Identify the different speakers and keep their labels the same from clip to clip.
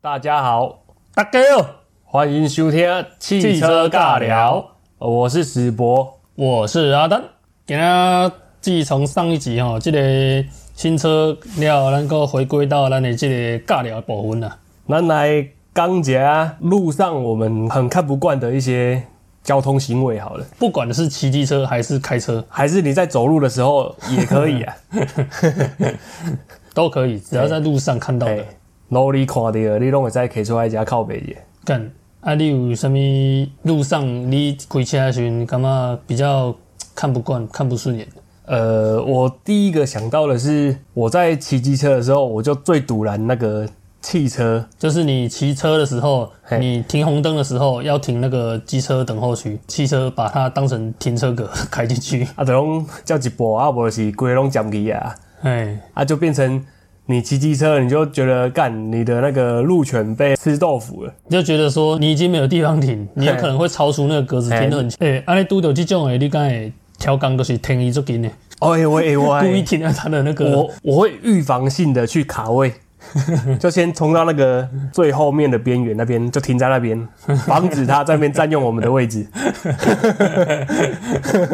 Speaker 1: 大家好，
Speaker 2: 大家好，
Speaker 1: 欢迎收听汽车尬聊，呃我是史博。
Speaker 2: 我是阿丹。今仔自从上一集吼，即、个新车了，咱个回归到咱的即个尬聊的部分啊啦。
Speaker 1: 咱来刚下啊路上我们很看不惯的一些交通行为好了，
Speaker 2: 不管是骑机车还是开车
Speaker 1: 还是你在走路的时候也可以啊。
Speaker 2: 都可以，只要在路上看到的
Speaker 1: 哎，，路你看到的，你拢会使骑出来家靠北的。
Speaker 2: 干啊，你有啥物路上你开车的时阵，感觉比较看不惯、看不顺眼？
Speaker 1: 呃，我第一个想到的是，我在骑机车的时候，我就最堵拦那个汽车，
Speaker 2: 就是你骑车的时候
Speaker 1: 嘿，
Speaker 2: 你停红灯的时候要停那个机车等候区，汽车把它当成停车格 开进去，
Speaker 1: 啊，就拢叫一波啊，无就是规拢占去啊。
Speaker 2: 哎，
Speaker 1: 啊，就变成你骑机车，你就觉得干你的那个路权被吃豆腐了。
Speaker 2: 就觉得说你已经没有地方停，你有可能会超出那个格子
Speaker 1: 嘿
Speaker 2: 停得很近。哎，安尼拄到这种的，你敢会挑工都是停伊足近的，
Speaker 1: 哦，欸我欸我
Speaker 2: 故意
Speaker 1: 欸
Speaker 2: 停在他的那个
Speaker 1: 我我会预防性的去卡 位，就先冲到那个最后面的边缘那边，就停在那 边，防止他在那边占用我们的位置。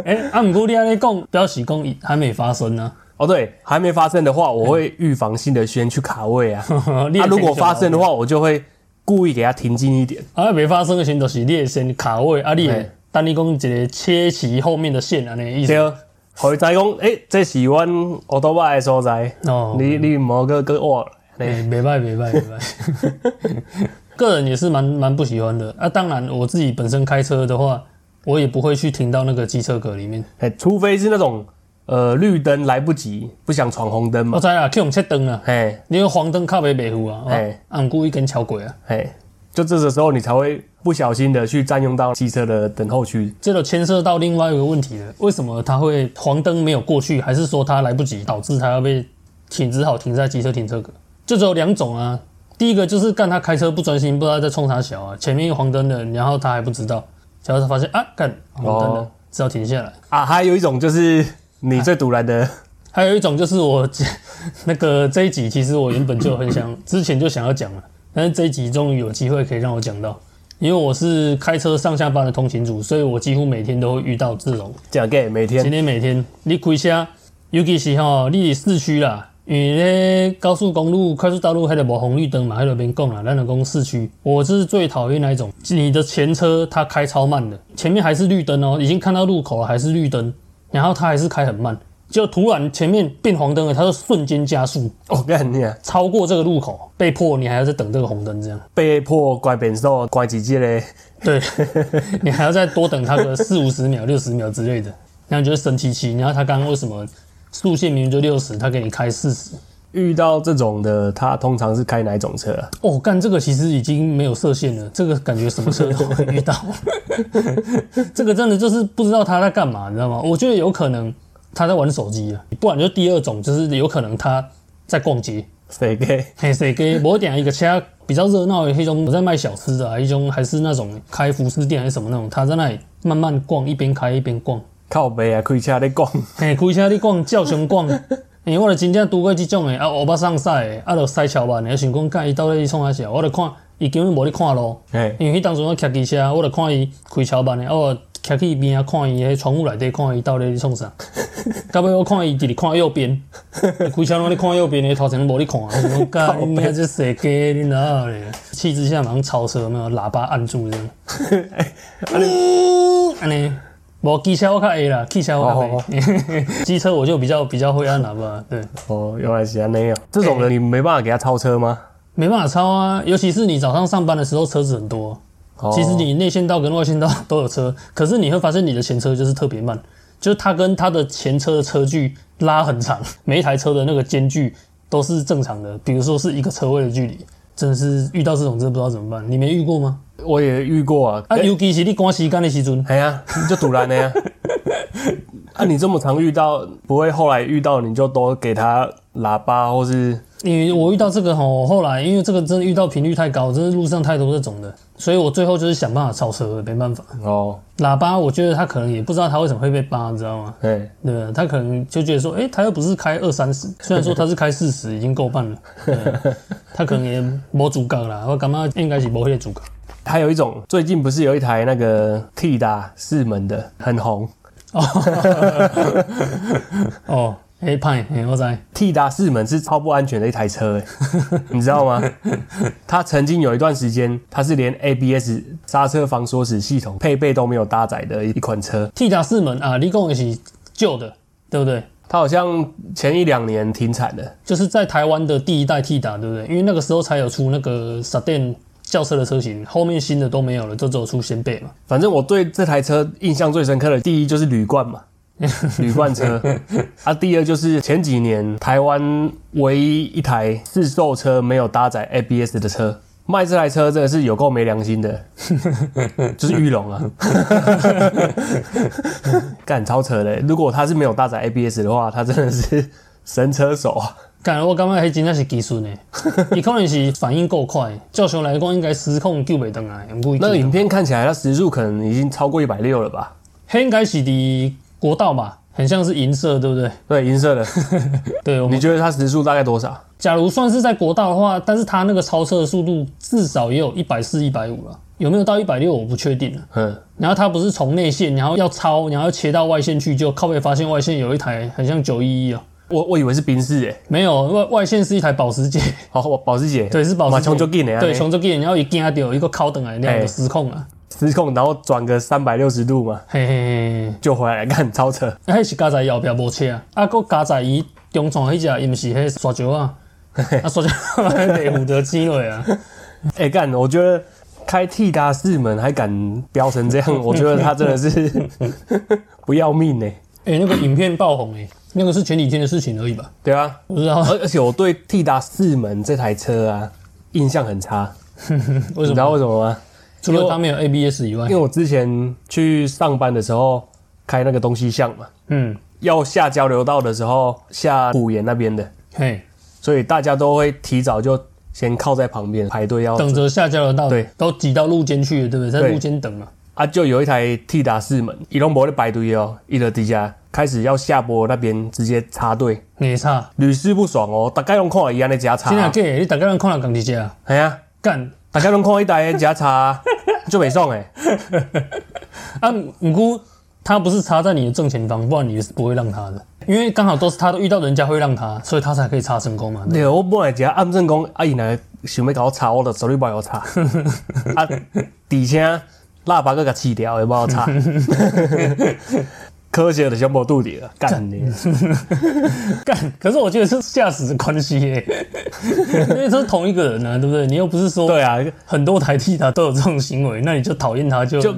Speaker 2: 哎，啊，毋过你安尼讲，表示讲伊还没发生啊呢。
Speaker 1: 哦，对，还没发生的话，我会预防性的先去卡位啊。
Speaker 2: 你
Speaker 1: 啊，
Speaker 2: 会
Speaker 1: 如果
Speaker 2: 先
Speaker 1: 发生的
Speaker 2: 卡
Speaker 1: 话，我就会故意给他停近一点。
Speaker 2: 位，啊，没发生的时候，就是你会先卡位，啊，你
Speaker 1: 嘿
Speaker 2: 会等你讲一个切齐后面的线啊安尼的意
Speaker 1: 对哦
Speaker 2: 思。，
Speaker 1: 互伊知讲，诶、这是阮奥多巴的所在，
Speaker 2: 哦
Speaker 1: 你你莫个个恶。嘿
Speaker 2: 哎，没拜没拜没拜， 个人也是蛮蛮不喜欢的啊。当然，我自己本身开车的话，我也不会去停到那个机车格里面。
Speaker 1: 哎，除非是那种呃绿灯来不及，不想闯红灯
Speaker 2: 我
Speaker 1: 嘛。
Speaker 2: 知啦，去用切灯啊啦，
Speaker 1: 哎
Speaker 2: 因为黄灯靠北北湖啊，
Speaker 1: 嘿
Speaker 2: 哎，俺故意跟桥轨啊，
Speaker 1: 哎，就这个时候你才会不小心的去占用到汽车的等候区。
Speaker 2: 这就牵涉到另外一个问题了。为什么他会黄灯没有过去，还是说他来不及，导致他要被停，只好停在机车停车格？就只有两种啊。第一个就是干他开车不专心，不知道在冲啥小啊，前面有黄灯的，然后他还不知道，结果他发现啊，干黄灯
Speaker 1: 哦
Speaker 2: 了，只好停下来。
Speaker 1: 啊，还有一种就是你最堵然的，
Speaker 2: 还有一种就是我 那个这一集，其实我原本就很想，之前就想要讲了，但是这一集终于有机会可以让我讲到，因为我是开车上下班的通勤族，所以我几乎每天都会遇到这种。
Speaker 1: 讲给每
Speaker 2: 今
Speaker 1: 天
Speaker 2: 天每天你开车，尤其是吼，你是市区啦，因为咧高速公路、快速道路还得无红绿灯嘛，还得边讲啦，咱就讲市区。我是最讨厌那一种，你的前车它开超慢的，前面还是绿灯哦，已经看到路口了，还是绿灯，然后它还是开很慢，就突然前面变黄灯了，它就瞬间加速，
Speaker 1: 我跟你啊，
Speaker 2: 超过这个路口，被迫你还要再等这个红灯这样。
Speaker 1: 被迫关变速，关几节嘞。
Speaker 2: 对， 你还要再多等他个四五十秒、六十秒之类的，然后你就会生气气。然后他刚刚为什么速限明明就六十，他给你开四十？
Speaker 1: 遇到这种的，他通常是开哪一种车啊？
Speaker 2: 哦，干这个其实已经没有射线了，这个感觉什么车都会遇到。 这个真的就是不知道他在干嘛，你知道吗？我觉得有可能他在玩手机啊，不然就第二种就是有可能他在逛街。
Speaker 1: 谁给？
Speaker 2: 嘿，谁给某点一个车比较热闹的那种，有在卖小吃的、啊，一种还是那种开服饰店还是什么那种，他在那里慢慢逛，一边开一边逛。
Speaker 1: 靠背啊，开车在讲，
Speaker 2: 嘿，开车你逛，照常逛。 嘿，我著真正拄过即种诶，啊，乌巴送屎诶，啊，著塞超慢诶，想讲干伊到底是创啥事，我著看伊根本无咧看路，
Speaker 1: 哎，
Speaker 2: 因为迄当时我骑机车，我著看伊开超慢诶，啊，我徛去伊边啊，看伊迄窗户内底，看伊到底咧创啥。到尾我看伊一直咧看右边，开车拢咧看右边诶，头前拢无咧看，我想讲干你娘这设计你哪咧？气之下马上超车，有没有喇叭按住这样。安尼，无机车我较会啦，汽车我较会， 机、车我就比较比较会按喇叭，对，
Speaker 1: 哦，原来是安尼哦。这种人你没办法给他超车吗？
Speaker 2: 没办法超啊，尤其是你早上上班的时候车子很多，
Speaker 1: 哦
Speaker 2: 其实你内线道跟外线道都有车，可是你会发现你的前车就是特别慢，就是它跟它的前车的车距拉很长， 每一台车的那个间距都是正常的，比如说是一个车位的距离，真的是遇到这种真的不知道怎么办，你没遇过吗？
Speaker 1: 我也遇过啊，
Speaker 2: 啊，尤其是你赶时间的时阵，
Speaker 1: 哎呀，你就堵然的呀。啊，你这么常遇到，不会后来遇到你就都给他喇叭或是
Speaker 2: 因为我遇到这个吼，我后来因为这个真的遇到频率太高，真的路上太多这种的，所以我最后就是想办法超车，没办法。
Speaker 1: 哦，
Speaker 2: 喇叭，我觉得他可能也不知道他为什么会被扒，你知道吗？
Speaker 1: 对，
Speaker 2: 对啊，他可能就觉得说，诶、他又不是开二三十，虽然说他是开四十，已经够半了，对啊他可能也没主角啦，我感觉应该是没那个主角。
Speaker 1: 还有一种，最近不是有一台那个 T 打四门的很红
Speaker 2: 哦，黑派，嘿我知，
Speaker 1: ，T 打四门是超不安全的一台车、欸，你知道吗？它曾经有一段时间，它是连 ABS 刹车防锁死系统配备都没有搭载的一一款车。
Speaker 2: T 甲四门啊，你讲的是旧的，对不对？
Speaker 1: 它好像前一两年停产了，
Speaker 2: 就是在台湾的第一代 T 打，对不对？因为那个时候才有出那个闪电轿车的车型，后面新的都没有了，就只有出掀背嘛。
Speaker 1: 反正我对这台车印象最深刻的，第一就是铝罐嘛，铝罐车。啊，第二就是前几年台湾唯一一台自售车没有搭载 ABS 的车，卖这台车真的是有够没良心的，就是玉龙啊， 干超扯的。欸如果它是没有搭载 ABS 的话，它真的是神车手啊。
Speaker 2: 干，我感觉迄真正是 技术呢，伊可能是反应够快，照常来讲应该失控救袂回来，毋过
Speaker 1: 那个
Speaker 2: 伊
Speaker 1: 影片看起来，它时速可能已经超过一百六了吧？
Speaker 2: 迄应该是伫国道吧，很像是银色，对不对？
Speaker 1: 对，银色的，
Speaker 2: 对，我
Speaker 1: 你
Speaker 2: 们
Speaker 1: 觉得它时速大概多少？
Speaker 2: 假如算是在国道的话，但是它那个超车的速度至少也有一百四、一百五了，有没有到一百六我不确定了。啊
Speaker 1: 嗯，
Speaker 2: 然后它不是从内线，然后要超，然后要切到外线去，就靠背发现外线有一台很像九一一哦，
Speaker 1: 我我以为是宾士欸诶、
Speaker 2: 没有外外线是一台保时捷，
Speaker 1: 好，我保时捷，
Speaker 2: 对，是保时
Speaker 1: 马
Speaker 2: 捷，
Speaker 1: 上就进了，啊
Speaker 2: 对，穷就给，然后一惊掉一个靠等来，两
Speaker 1: 哎
Speaker 2: 个失控了，
Speaker 1: 失控，然后转个三百六十度嘛，
Speaker 2: 嘿嘿嘿嘿。
Speaker 1: 就回来看超车，
Speaker 2: 迄啊是加在伊后壁无车啊，啊，佫加在伊中创迄只，伊毋是迄沙石 啊，啊沙石 被虎得击落啊，
Speaker 1: 哎、干，我觉得开 T 达四门还敢飙成这 样，我觉得他真的是不要命呢、
Speaker 2: 诶、那个影片爆红诶、那个是前几天的事情而已吧，
Speaker 1: 对啊，
Speaker 2: 不知道
Speaker 1: 而而且我对 T 达四门这台车啊印象很差，
Speaker 2: 为
Speaker 1: 你
Speaker 2: 什
Speaker 1: 知道
Speaker 2: 么，
Speaker 1: 为什么吗？
Speaker 2: 除了它没有 ABS 以外
Speaker 1: 因为，我之前去上班的时候开那个东西巷嘛，
Speaker 2: 嗯，
Speaker 1: 要下交流道的时候下虎岩那边的，
Speaker 2: 嘿，
Speaker 1: 所以大家都会提早就先靠在旁边排队要
Speaker 2: 等着下交流道，
Speaker 1: 对，
Speaker 2: 都挤到路肩去了，对哦不对？在
Speaker 1: 对
Speaker 2: 路肩等嘛，
Speaker 1: 啊，就有一台 T 打四门，伊拢无咧排队哦，伊就底下开始要下坡那边直接插队，
Speaker 2: 没差，
Speaker 1: 屡试不爽哦，大家拢看伊安尼加插
Speaker 2: 真的
Speaker 1: 啊，
Speaker 2: 假的？你大概人看了共一只啊，
Speaker 1: 系啊，
Speaker 2: 干
Speaker 1: 大家拢看伊台加插啊，就袂爽诶，
Speaker 2: 啊，毋过他不是插在你的正前方，不然你是不会让他的，因为刚好都是他都遇到人家会让他，所以他才可以插成功嘛，对不对
Speaker 1: 对，我本来只暗算讲，啊伊若想要甲我插，我就绝对袂我 插，啊，而且喇叭佫甲试掉，会袂我 插，科学的全部拄着，干 你，
Speaker 2: 干，可是我觉得是驾驶的关系耶，因为都是同一个人啊，对不对？你又不是说
Speaker 1: 对啊。
Speaker 2: 很多台 T 他都有这种行为，那你就讨厌他就
Speaker 1: 就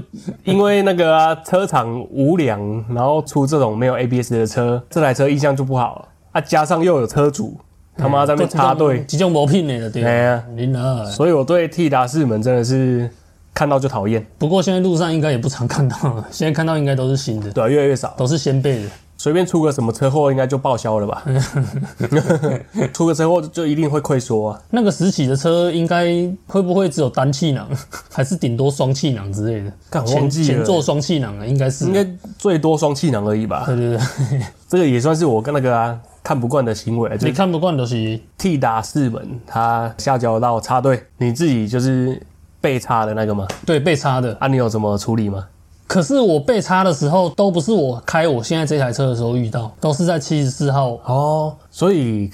Speaker 1: 因为那个啊，车厂无良，然后出这种没有 ABS 的车，这台车印象就不好了啊。加上又有车主他妈在那边插队，
Speaker 2: 集中磨聘的嗯对
Speaker 1: 哎
Speaker 2: 吧？
Speaker 1: 呀，
Speaker 2: 林啊，
Speaker 1: 所以我对 T 达士们真的是看到就讨厌，
Speaker 2: 不过现在路上应该也不常看到了，现在看到应该都是新的，
Speaker 1: 对啊、越来越少。
Speaker 2: 都是先辈的。
Speaker 1: 随便出个什么车祸，应该就报销了 吧？出个车祸就一定会溃缩啊。
Speaker 2: 那个时期的车应该会不会只有单气囊，还是顶多双气囊之类的？
Speaker 1: 干我忘
Speaker 2: 前
Speaker 1: 记了
Speaker 2: 前座双气囊啊，应该是
Speaker 1: 应该最多双气囊而已吧？
Speaker 2: 对对对，
Speaker 1: 这个也算是我跟那个啊看不惯的行为，就是
Speaker 2: 你看不惯都是
Speaker 1: T 达士们他下交道插队，你自己就是被插的那个吗？
Speaker 2: 对被插的，
Speaker 1: 啊，你有怎么处理吗？
Speaker 2: 可是我被插的时候，都不是我开我现在这台车的时候遇到，都是在七十四号。
Speaker 1: 哦，所以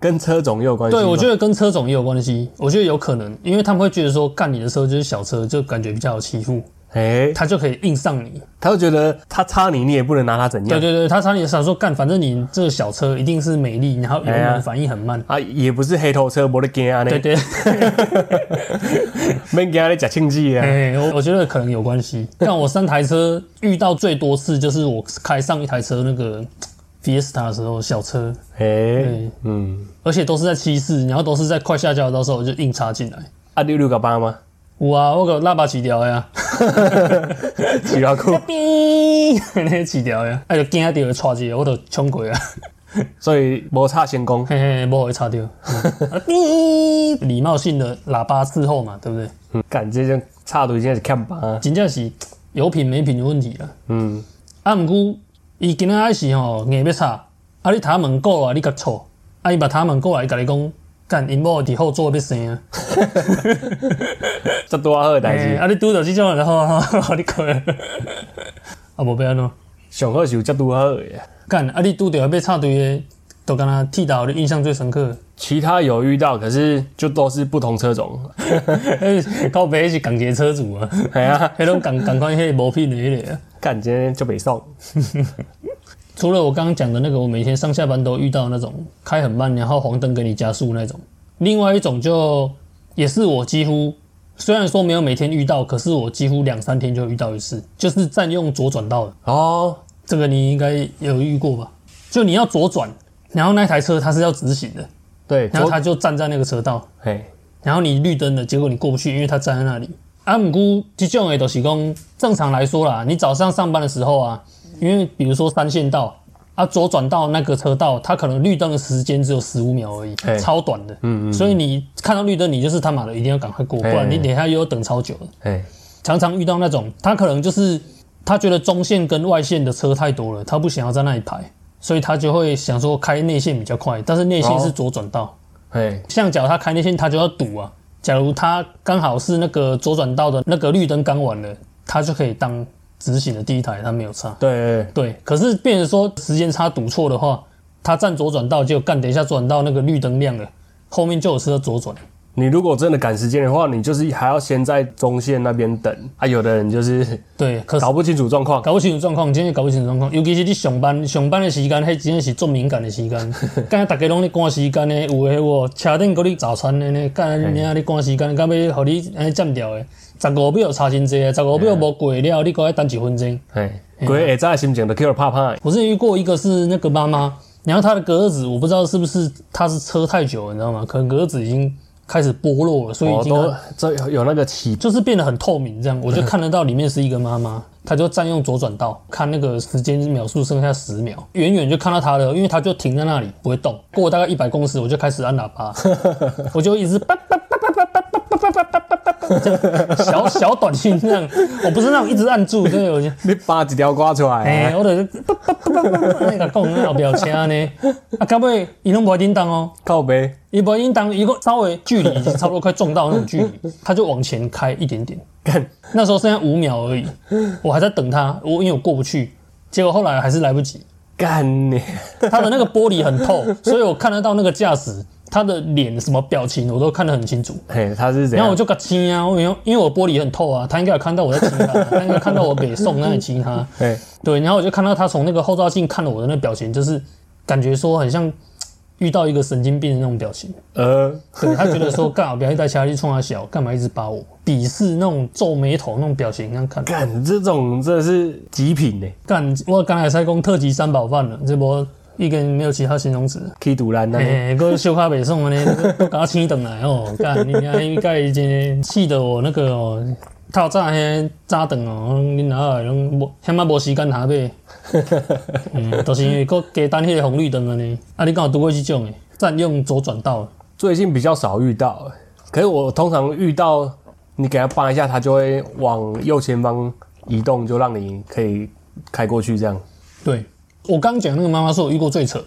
Speaker 1: 跟 车种也有关系吗。
Speaker 2: 对，我觉得跟车种也有关系，我觉得有可能，因为他们会觉得说，干你的车就是小车，就感觉比较有欺负，
Speaker 1: 哎、
Speaker 2: 他就可以硬上你。
Speaker 1: 他会觉得他插你，你也不能拿他怎样。
Speaker 2: 对对对，他常也想说，干，反正你这个小车一定是美丽，然后油
Speaker 1: 哎呀
Speaker 2: 门反应很慢。
Speaker 1: 啊，也不是黑头车，没得惊啊，
Speaker 2: 对
Speaker 1: 你
Speaker 2: 对，
Speaker 1: 免惊你假庆忌啊。
Speaker 2: 哎，我我觉得可能有关系。但我三台车遇到最多次就是我开上一台车那个 Fiesta 的时候，小车，
Speaker 1: 哎、
Speaker 2: 对
Speaker 1: 嗯，
Speaker 2: 而且都是在七四，然后都是在快下交流道的时候我就硬插进来。
Speaker 1: 啊，六六个八 吗？
Speaker 2: 有啊，我个喇叭起条啊呀，
Speaker 1: 起拉裤
Speaker 2: ，哔，那起条呀，啊就惊到就带一个，我就冲过啊，
Speaker 1: 所以无差先 攻。
Speaker 2: 嘿嘿，不会插掉。嗯啊滴礼貌性的喇叭伺候嘛，对不对？
Speaker 1: 嗯，干这种插队真是欠棒啊！
Speaker 2: 真正是有品没品的问题啦。
Speaker 1: 嗯，
Speaker 2: 啊，毋过伊今仔还是吼硬要吵，啊，你头门过来，你甲错，啊，伊把头门过来，伊甲你讲，干因某伫后座要生啊，
Speaker 1: 这多好的代
Speaker 2: 欸
Speaker 1: 志，
Speaker 2: 啊，你拄着即种人吼，吼你过来， 啊，无要安怎？
Speaker 1: 上好是有这多好的啊。
Speaker 2: 干，啊，你拄着要插队的，都敢若剃头，你印象最深 刻
Speaker 1: 其他有遇到，可是就都是不同车种。
Speaker 2: 的，迄靠背是共一个车主啊，
Speaker 1: 哎呀，
Speaker 2: 迄种共共款迄无品的迄个啊。
Speaker 1: 干今天就北送。
Speaker 2: 除了我刚刚讲的那个，我每天上下班都遇到那种开很慢，然后黄灯给你加速那种。另外一种就也是我几乎虽然说没有每天遇到，可是我几乎两三天就遇到一次，就是占用左转道的。
Speaker 1: 哦，
Speaker 2: 这个你应该有遇过吧？就你要左转，然后那台车它是要直行的，
Speaker 1: 对，
Speaker 2: 然后
Speaker 1: 左
Speaker 2: 它就站在那个车道，
Speaker 1: 嘿，
Speaker 2: 然后你绿灯了，结果你过不去，因为他站在那里。啊，姆姑这种的都是讲，正常来说啦，你早上上班的时候啊，因为比如说三线道啊，左转到那个车道，它可能绿灯的时间只有十五秒而已
Speaker 1: 嘿，
Speaker 2: 超短的。嗯嗯。所以你看到绿灯，你就是他妈的一定要赶快过，不
Speaker 1: 嘿
Speaker 2: 然你等一下又要等超久了。
Speaker 1: 嘿，
Speaker 2: 常常遇到那种，他可能就是他觉得中线跟外线的车太多了，他不想要在那里排，所以他就会想说开内线比较快，但是内线是
Speaker 1: 哦
Speaker 2: 左转道。
Speaker 1: 嘿，
Speaker 2: 像假如他开内线，他就要赌啊。假如他刚好是那个左转道的那个绿灯刚完了，他就可以当直行的第一台，他没有差。
Speaker 1: 对对对，
Speaker 2: 对，可是变成说时间差赌错的话，他站左转道就干，等一下转到那个绿灯亮了，后面就有车左转。
Speaker 1: 你如果真的赶时间的话，你就是还要先在中线那边等啊。有的人 就是
Speaker 2: 对，可是
Speaker 1: 搞不清楚状况，
Speaker 2: 搞不清楚状况，真的搞不清楚状况。尤其是你上班上班的时间，迄真的是最敏感的时间。敢若大家拢咧赶时间呢，有诶我车顶搁你早餐的呢，敢若你啊咧赶时间，敢要互你安尼占掉的。十五秒差真济，十五秒无过了，你搁要等一分钟。
Speaker 1: 嘿，哦鬼下早的心情就 Q 怕怕的。
Speaker 2: 我之前遇过一个是那个妈妈，然后她的格子，我不知道是不是她是车太久了，你知道吗？可能格子已经开始剥落了，所以已
Speaker 1: 我
Speaker 2: 经
Speaker 1: 哦都这有有那个起
Speaker 2: 就是变得很透明，这样我就看得到里面是一个妈妈，她就占用左转道，看那个时间秒数剩下十秒，远远就看到她了，因为她就停在那里不会动。过大概一百公尺，我就开始按喇叭，我就一直叭叭叭叭叭叭叭叭叭叭叭叭叭，这样小小短信这样，我不是那种一直按住，对，我就
Speaker 1: 你拔几条瓜出来、
Speaker 2: 哎、
Speaker 1: 啊，
Speaker 2: 我就是叭叭叭叭叭，那个讲那后表车呢，啊，到尾伊拢无叮当哦。
Speaker 1: 靠背，
Speaker 2: 伊无应当一个稍微距离已经差不多快撞到那种距离，他就往前开一点点，
Speaker 1: 干
Speaker 2: 那时候剩下五秒而已，我还在等他，我因为我过不去，结果后来还是来不及。
Speaker 1: 干你，
Speaker 2: 他的那个玻璃很透，所以我看得到那个驾驶他的脸什么表情我都看得很清楚。
Speaker 1: 嘿，他是怎
Speaker 2: 然
Speaker 1: 样
Speaker 2: 后我？就给他亲啊，我因为因为我玻璃很透啊，他应该有看到我在亲他， 他应该看到我北宋那里亲他。
Speaker 1: 嘿，
Speaker 2: 对，然后我就看到他从那个后照镜看了我的那表情，就是感觉说很像遇到一个神经病的那种表情。
Speaker 1: 呃，
Speaker 2: 对他觉得说，干，不要一带其力冲他小，干嘛一直扒我？鄙视那种皱眉头那种表情，那样看。
Speaker 1: 干这种真的是极品呢、欸
Speaker 2: 干，我刚才才讲特级三宝饭了，这波一根没有其他形容词。
Speaker 1: k 独蓝呢？
Speaker 2: 哎、欸，个小卡北宋的呢， 都搞青等来哦，干，你家应该已经气得我那个哦，套炸嘿炸等哦，你哪来拢无，他妈无时间下买。嗯，都是因为佫加单迄个红绿灯了呢。啊，你敢有拄过即种诶？占用左转道的，
Speaker 1: 最近比较少遇到、欸可是我通常遇到你给他扒一下，他就会往右前方移动，就让你可以开过去这样。
Speaker 2: 对，我刚讲那个妈妈是我遇过最扯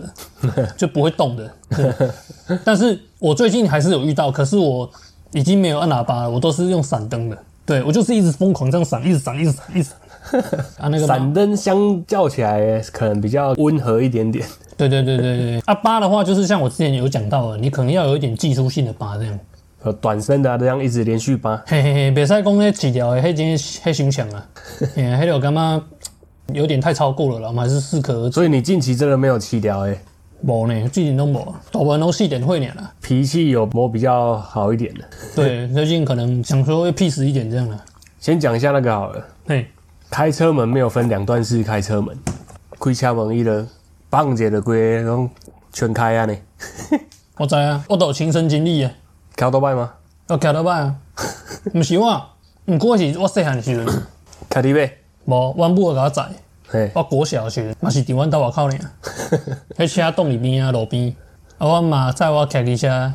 Speaker 2: 的，就不会动的。对但是我最近还是有遇到，可是我已经没有按喇叭了，我都是用闪灯的。对我就是一直疯狂这样闪，一直闪，一直闪，一直闪。啊，那个妈
Speaker 1: 闪灯相较起来可能比较温和一点 点，
Speaker 2: 对对对对对。啊，八的话就是像我之前有讲到的，你可能要有一点技术性的八这样。
Speaker 1: 呃，短身的、啊、这样一直连续扒，
Speaker 2: 嘿嘿嘿，别使讲那几条的，迄真迄想强啊，嘿，迄条感觉有点太超过了啦，我们还是适可而止。
Speaker 1: 所以你近期真的没有气掉哎、
Speaker 2: 无呢，最近都无，大部分都四点会尔啦。
Speaker 1: 脾气有磨比较好一点的。
Speaker 2: 对，最近可能想说会哎 peace 一点这样啦。
Speaker 1: 先讲一下那个好了。
Speaker 2: 嘿，
Speaker 1: 开车门没有分两段式开车门，开车门伊就放者就规个拢全开啊呢，
Speaker 2: 我知啊，我都有亲身经历啊，
Speaker 1: 开多摆吗？
Speaker 2: 我骑到摆 啊，嗯 毋是我，毋过是我细汉的时阵，
Speaker 1: 开几倍？
Speaker 2: 无阮母会甲我载，
Speaker 1: 嘿，
Speaker 2: 我国小的时阵嘛是伫阮兜外口 尔，迄车挡伫边啊路边，啊我妈载我骑机车要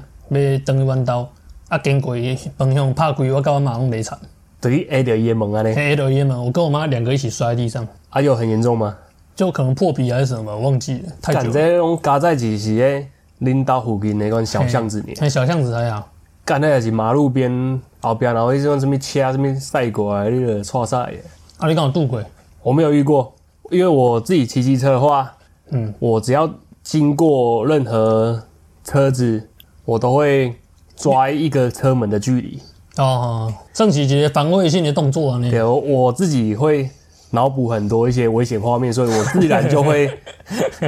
Speaker 2: 转去阮兜，啊经过方向拍开，我甲阮妈拢袂惨，
Speaker 1: 等于 A 的也猛啊嘞，
Speaker 2: 迄落烟嘛，我跟我妈两个一起摔在地上，
Speaker 1: 啊有很严重吗？
Speaker 2: 就可能破皮还是什么吧，我忘记了，太
Speaker 1: 感
Speaker 2: 久了。
Speaker 1: 觉拢加在一起是诶，恁家附近那款小巷子里，
Speaker 2: 嘿小巷子还好，
Speaker 1: 干那也是马路边后边，然后一种什么车什么赛过来，那个错赛的。
Speaker 2: 啊你敢有拄过？
Speaker 1: 我没有遇过，因为我自己骑机车的话，
Speaker 2: 嗯，
Speaker 1: 我只要经过任何车子，我都会抓一个车门的距离。
Speaker 2: 哦哦，算是一个防卫性的动作啊，你
Speaker 1: 对，我我自己会脑补很多一些危险画面，所以我自然就会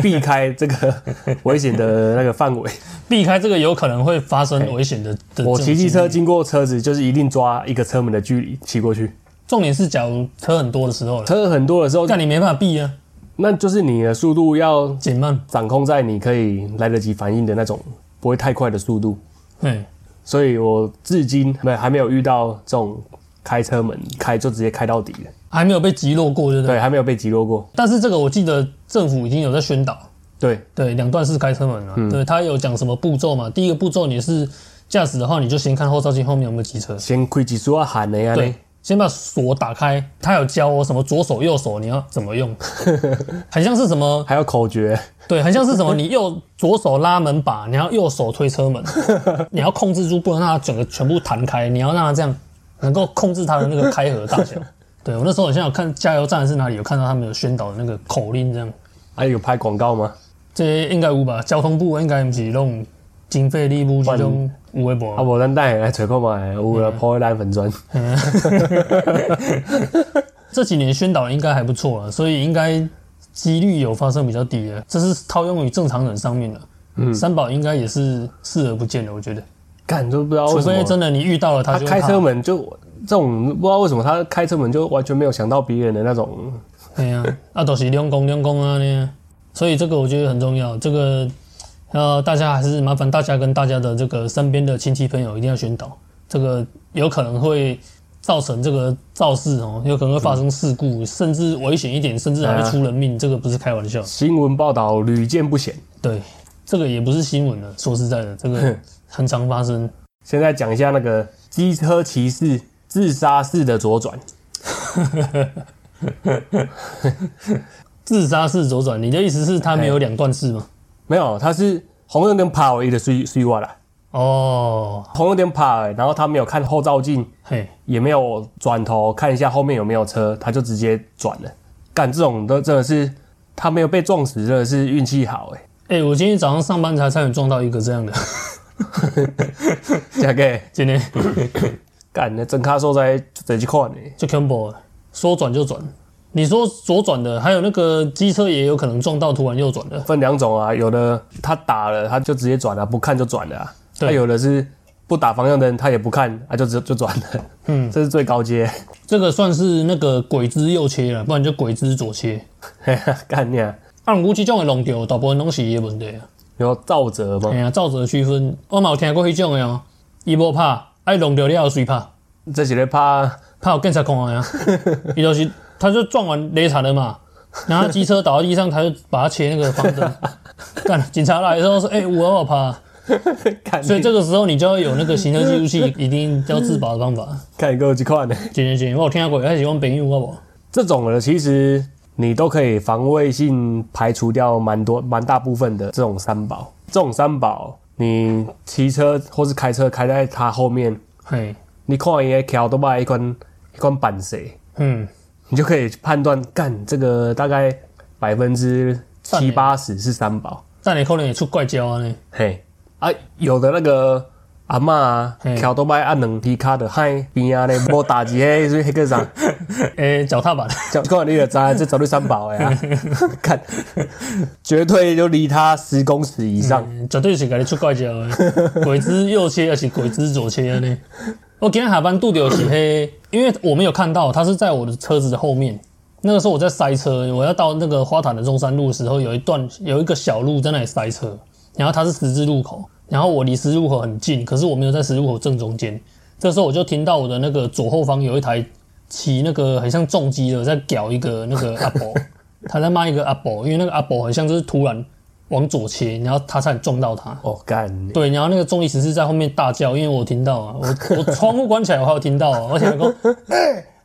Speaker 1: 避开这个危险的那个范围。
Speaker 2: 避开这个有可能会发生危险的。
Speaker 1: 我
Speaker 2: 的这种
Speaker 1: 骑机
Speaker 2: 经
Speaker 1: 车
Speaker 2: 验，
Speaker 1: 经过车子，就是一定抓一个车门的距离骑过去。
Speaker 2: 重点是假如车很多的时候了，
Speaker 1: 车很多的时候，
Speaker 2: 但你没办法避啊，
Speaker 1: 那就是你的速度要
Speaker 2: 减慢。
Speaker 1: 掌控在你可以来得及反应的那种不会太快的速度。
Speaker 2: 对，
Speaker 1: 所以我至今没还没有遇到这种开车门开就直接开到底的，
Speaker 2: 还没有被击落过，对不对？
Speaker 1: 对，还没有被击落过。
Speaker 2: 但是这个我记得政府已经有在宣导，
Speaker 1: 对，
Speaker 2: 对，两段式开车门啊，
Speaker 1: 嗯
Speaker 2: 对，它有讲什么步骤嘛？第一个步骤你是驾驶的话，你就先看后照镜后面有没有机车，
Speaker 1: 先开几束啊喊的呀
Speaker 2: 对
Speaker 1: 呢，，
Speaker 2: 先把锁打开。它有教我什么左手右手你要怎么 用，很像是什么
Speaker 1: 还有口诀，
Speaker 2: 对，很像是什么？你右左手拉门把，你要右手推车门，你要控制住，不能让它整个全部弹开，你要让它这样能够控制它的那个开合大小。对我那时候好像有看加油站是哪里有看到他们有宣导的那个口令，这样
Speaker 1: 还、哎有拍广告吗？
Speaker 2: 这些应该有吧？交通部应该不是弄经费力部这种有微
Speaker 1: 啊，
Speaker 2: 博，
Speaker 1: 无咱等下来找看卖，有了破烂粉砖，
Speaker 2: 这几年宣导应该还不错了，所以应该几率有发生比较低的。这是套用于正常人上面的，三宝应该也是视而不见的，我觉得，
Speaker 1: 干都不知道
Speaker 2: 除
Speaker 1: 为
Speaker 2: 非
Speaker 1: 什么
Speaker 2: 真的你遇到了他
Speaker 1: 他
Speaker 2: 就会
Speaker 1: 开
Speaker 2: 怕
Speaker 1: 车门就这种不知道为什么他开车门就完全没有想到别人的那种，
Speaker 2: 哎呀、啊，都、是两公两公啊呢，所以这个我觉得很重要。这个呃，大家还是麻烦大家跟大家的这个身边的亲戚朋友一定要宣导，这个有可能会造成这个肇事哦，有可能会发生事故，甚至危险一点，甚至还会出人命，这个不是开玩笑。
Speaker 1: 新闻报道屡见不鲜。
Speaker 2: 对，这个也不是新闻了，啊说实在的，这个很常发生。
Speaker 1: 现在讲一下那个机车骑士自杀式的左转，
Speaker 2: 自杀式左转，你的意思是他没有两段式吗？
Speaker 1: 没有，他是红灯点跑一的碎碎弯啦。
Speaker 2: 哦，
Speaker 1: 红有点怕、欸，然后他没有看后照镜，
Speaker 2: 嘿，
Speaker 1: 也没有转头看一下后面有没有车，他就直接转了。干这种的真的是他没有被撞死，真的是运气好 哎、
Speaker 2: 哎、我今天早上上班才差点撞到一个这样的，
Speaker 1: 欸。大概
Speaker 2: 今天。
Speaker 1: 干那整卡受灾就这几款哎，
Speaker 2: 就 combo 了说转就转。你说左转的，还有那个机车也有可能撞到突然右转的，
Speaker 1: 分两种啊，有的他打了他就直接转了、不看就转了、啊，
Speaker 2: 对
Speaker 1: 他有的是不打方向灯他也不看啊就直就转了，嗯， 这是最高阶。
Speaker 2: 这个算是那个鬼之右切了，不然就鬼之左切。
Speaker 1: 嘿哈 干你啊，
Speaker 2: 啊，毋过即种的弄掉，大部分拢是伊的问题啊。
Speaker 1: 有造责吗
Speaker 2: 哎？呀，照着区分，我嘛有听过迄种的哦，伊无拍，爱弄掉了后随拍，
Speaker 1: 这几类怕
Speaker 2: 拍有警察看的啊。伊就是，他就撞完雷惨了嘛，然后机车倒在地上，他就把它切那个方灯。干，警察来的时候说，哎、欸，我有拍。
Speaker 1: 干你，
Speaker 2: 所以这个时候你就要有那个行车记录器，一定要自保的方法。
Speaker 1: 看够几款呢？
Speaker 2: 真的真的，我有听过，还是阮朋友我无。
Speaker 1: 这种的其实你都可以防卫性排除掉蛮多蛮大部分的这种三宝。这种三宝，你骑车或是开车开在它后面，
Speaker 2: 嘿，
Speaker 1: 你看伊个桥都把一款一款板谁，
Speaker 2: 嗯，
Speaker 1: 你就可以判断，干这个大概百分之
Speaker 2: 算
Speaker 1: 七
Speaker 2: 了
Speaker 1: 八十是三宝。
Speaker 2: 但你可能会出怪招啊呢。
Speaker 1: 嘿，啊，有的那个阿嬷啊
Speaker 2: 嘿，
Speaker 1: 桥都摆按两踢卡的，嗨边啊咧，无打一个是迄个 啥？
Speaker 2: 诶、脚踏板，
Speaker 1: 讲讲你就知道这绝对三宝的 啊，看，绝对就离他十公尺以上。
Speaker 2: 绝对是给你出怪招的。鬼子右切还是鬼子左切呢？我今天下班拄到是黑，因为我没有看到，他是在我的车子的后面。那个时候我在塞车，我要到那个花坛的中山路的时候，有一段有一个小路在那里塞车，然后它是十字路口，然后我离十字路口很近，可是我没有在十字路口正中间。这时候我就听到我的那个左后方有一台骑那个很像重机的在屌一个那个阿伯，他在骂一个阿伯，因为那个阿伯很像就是突然往左切，然后他差点撞到他。
Speaker 1: 哦，干你，
Speaker 2: 对，然后那个中医师是在后面大叫，因为我听到啊， 我我窗户关起来，我还有听到啊，我想说，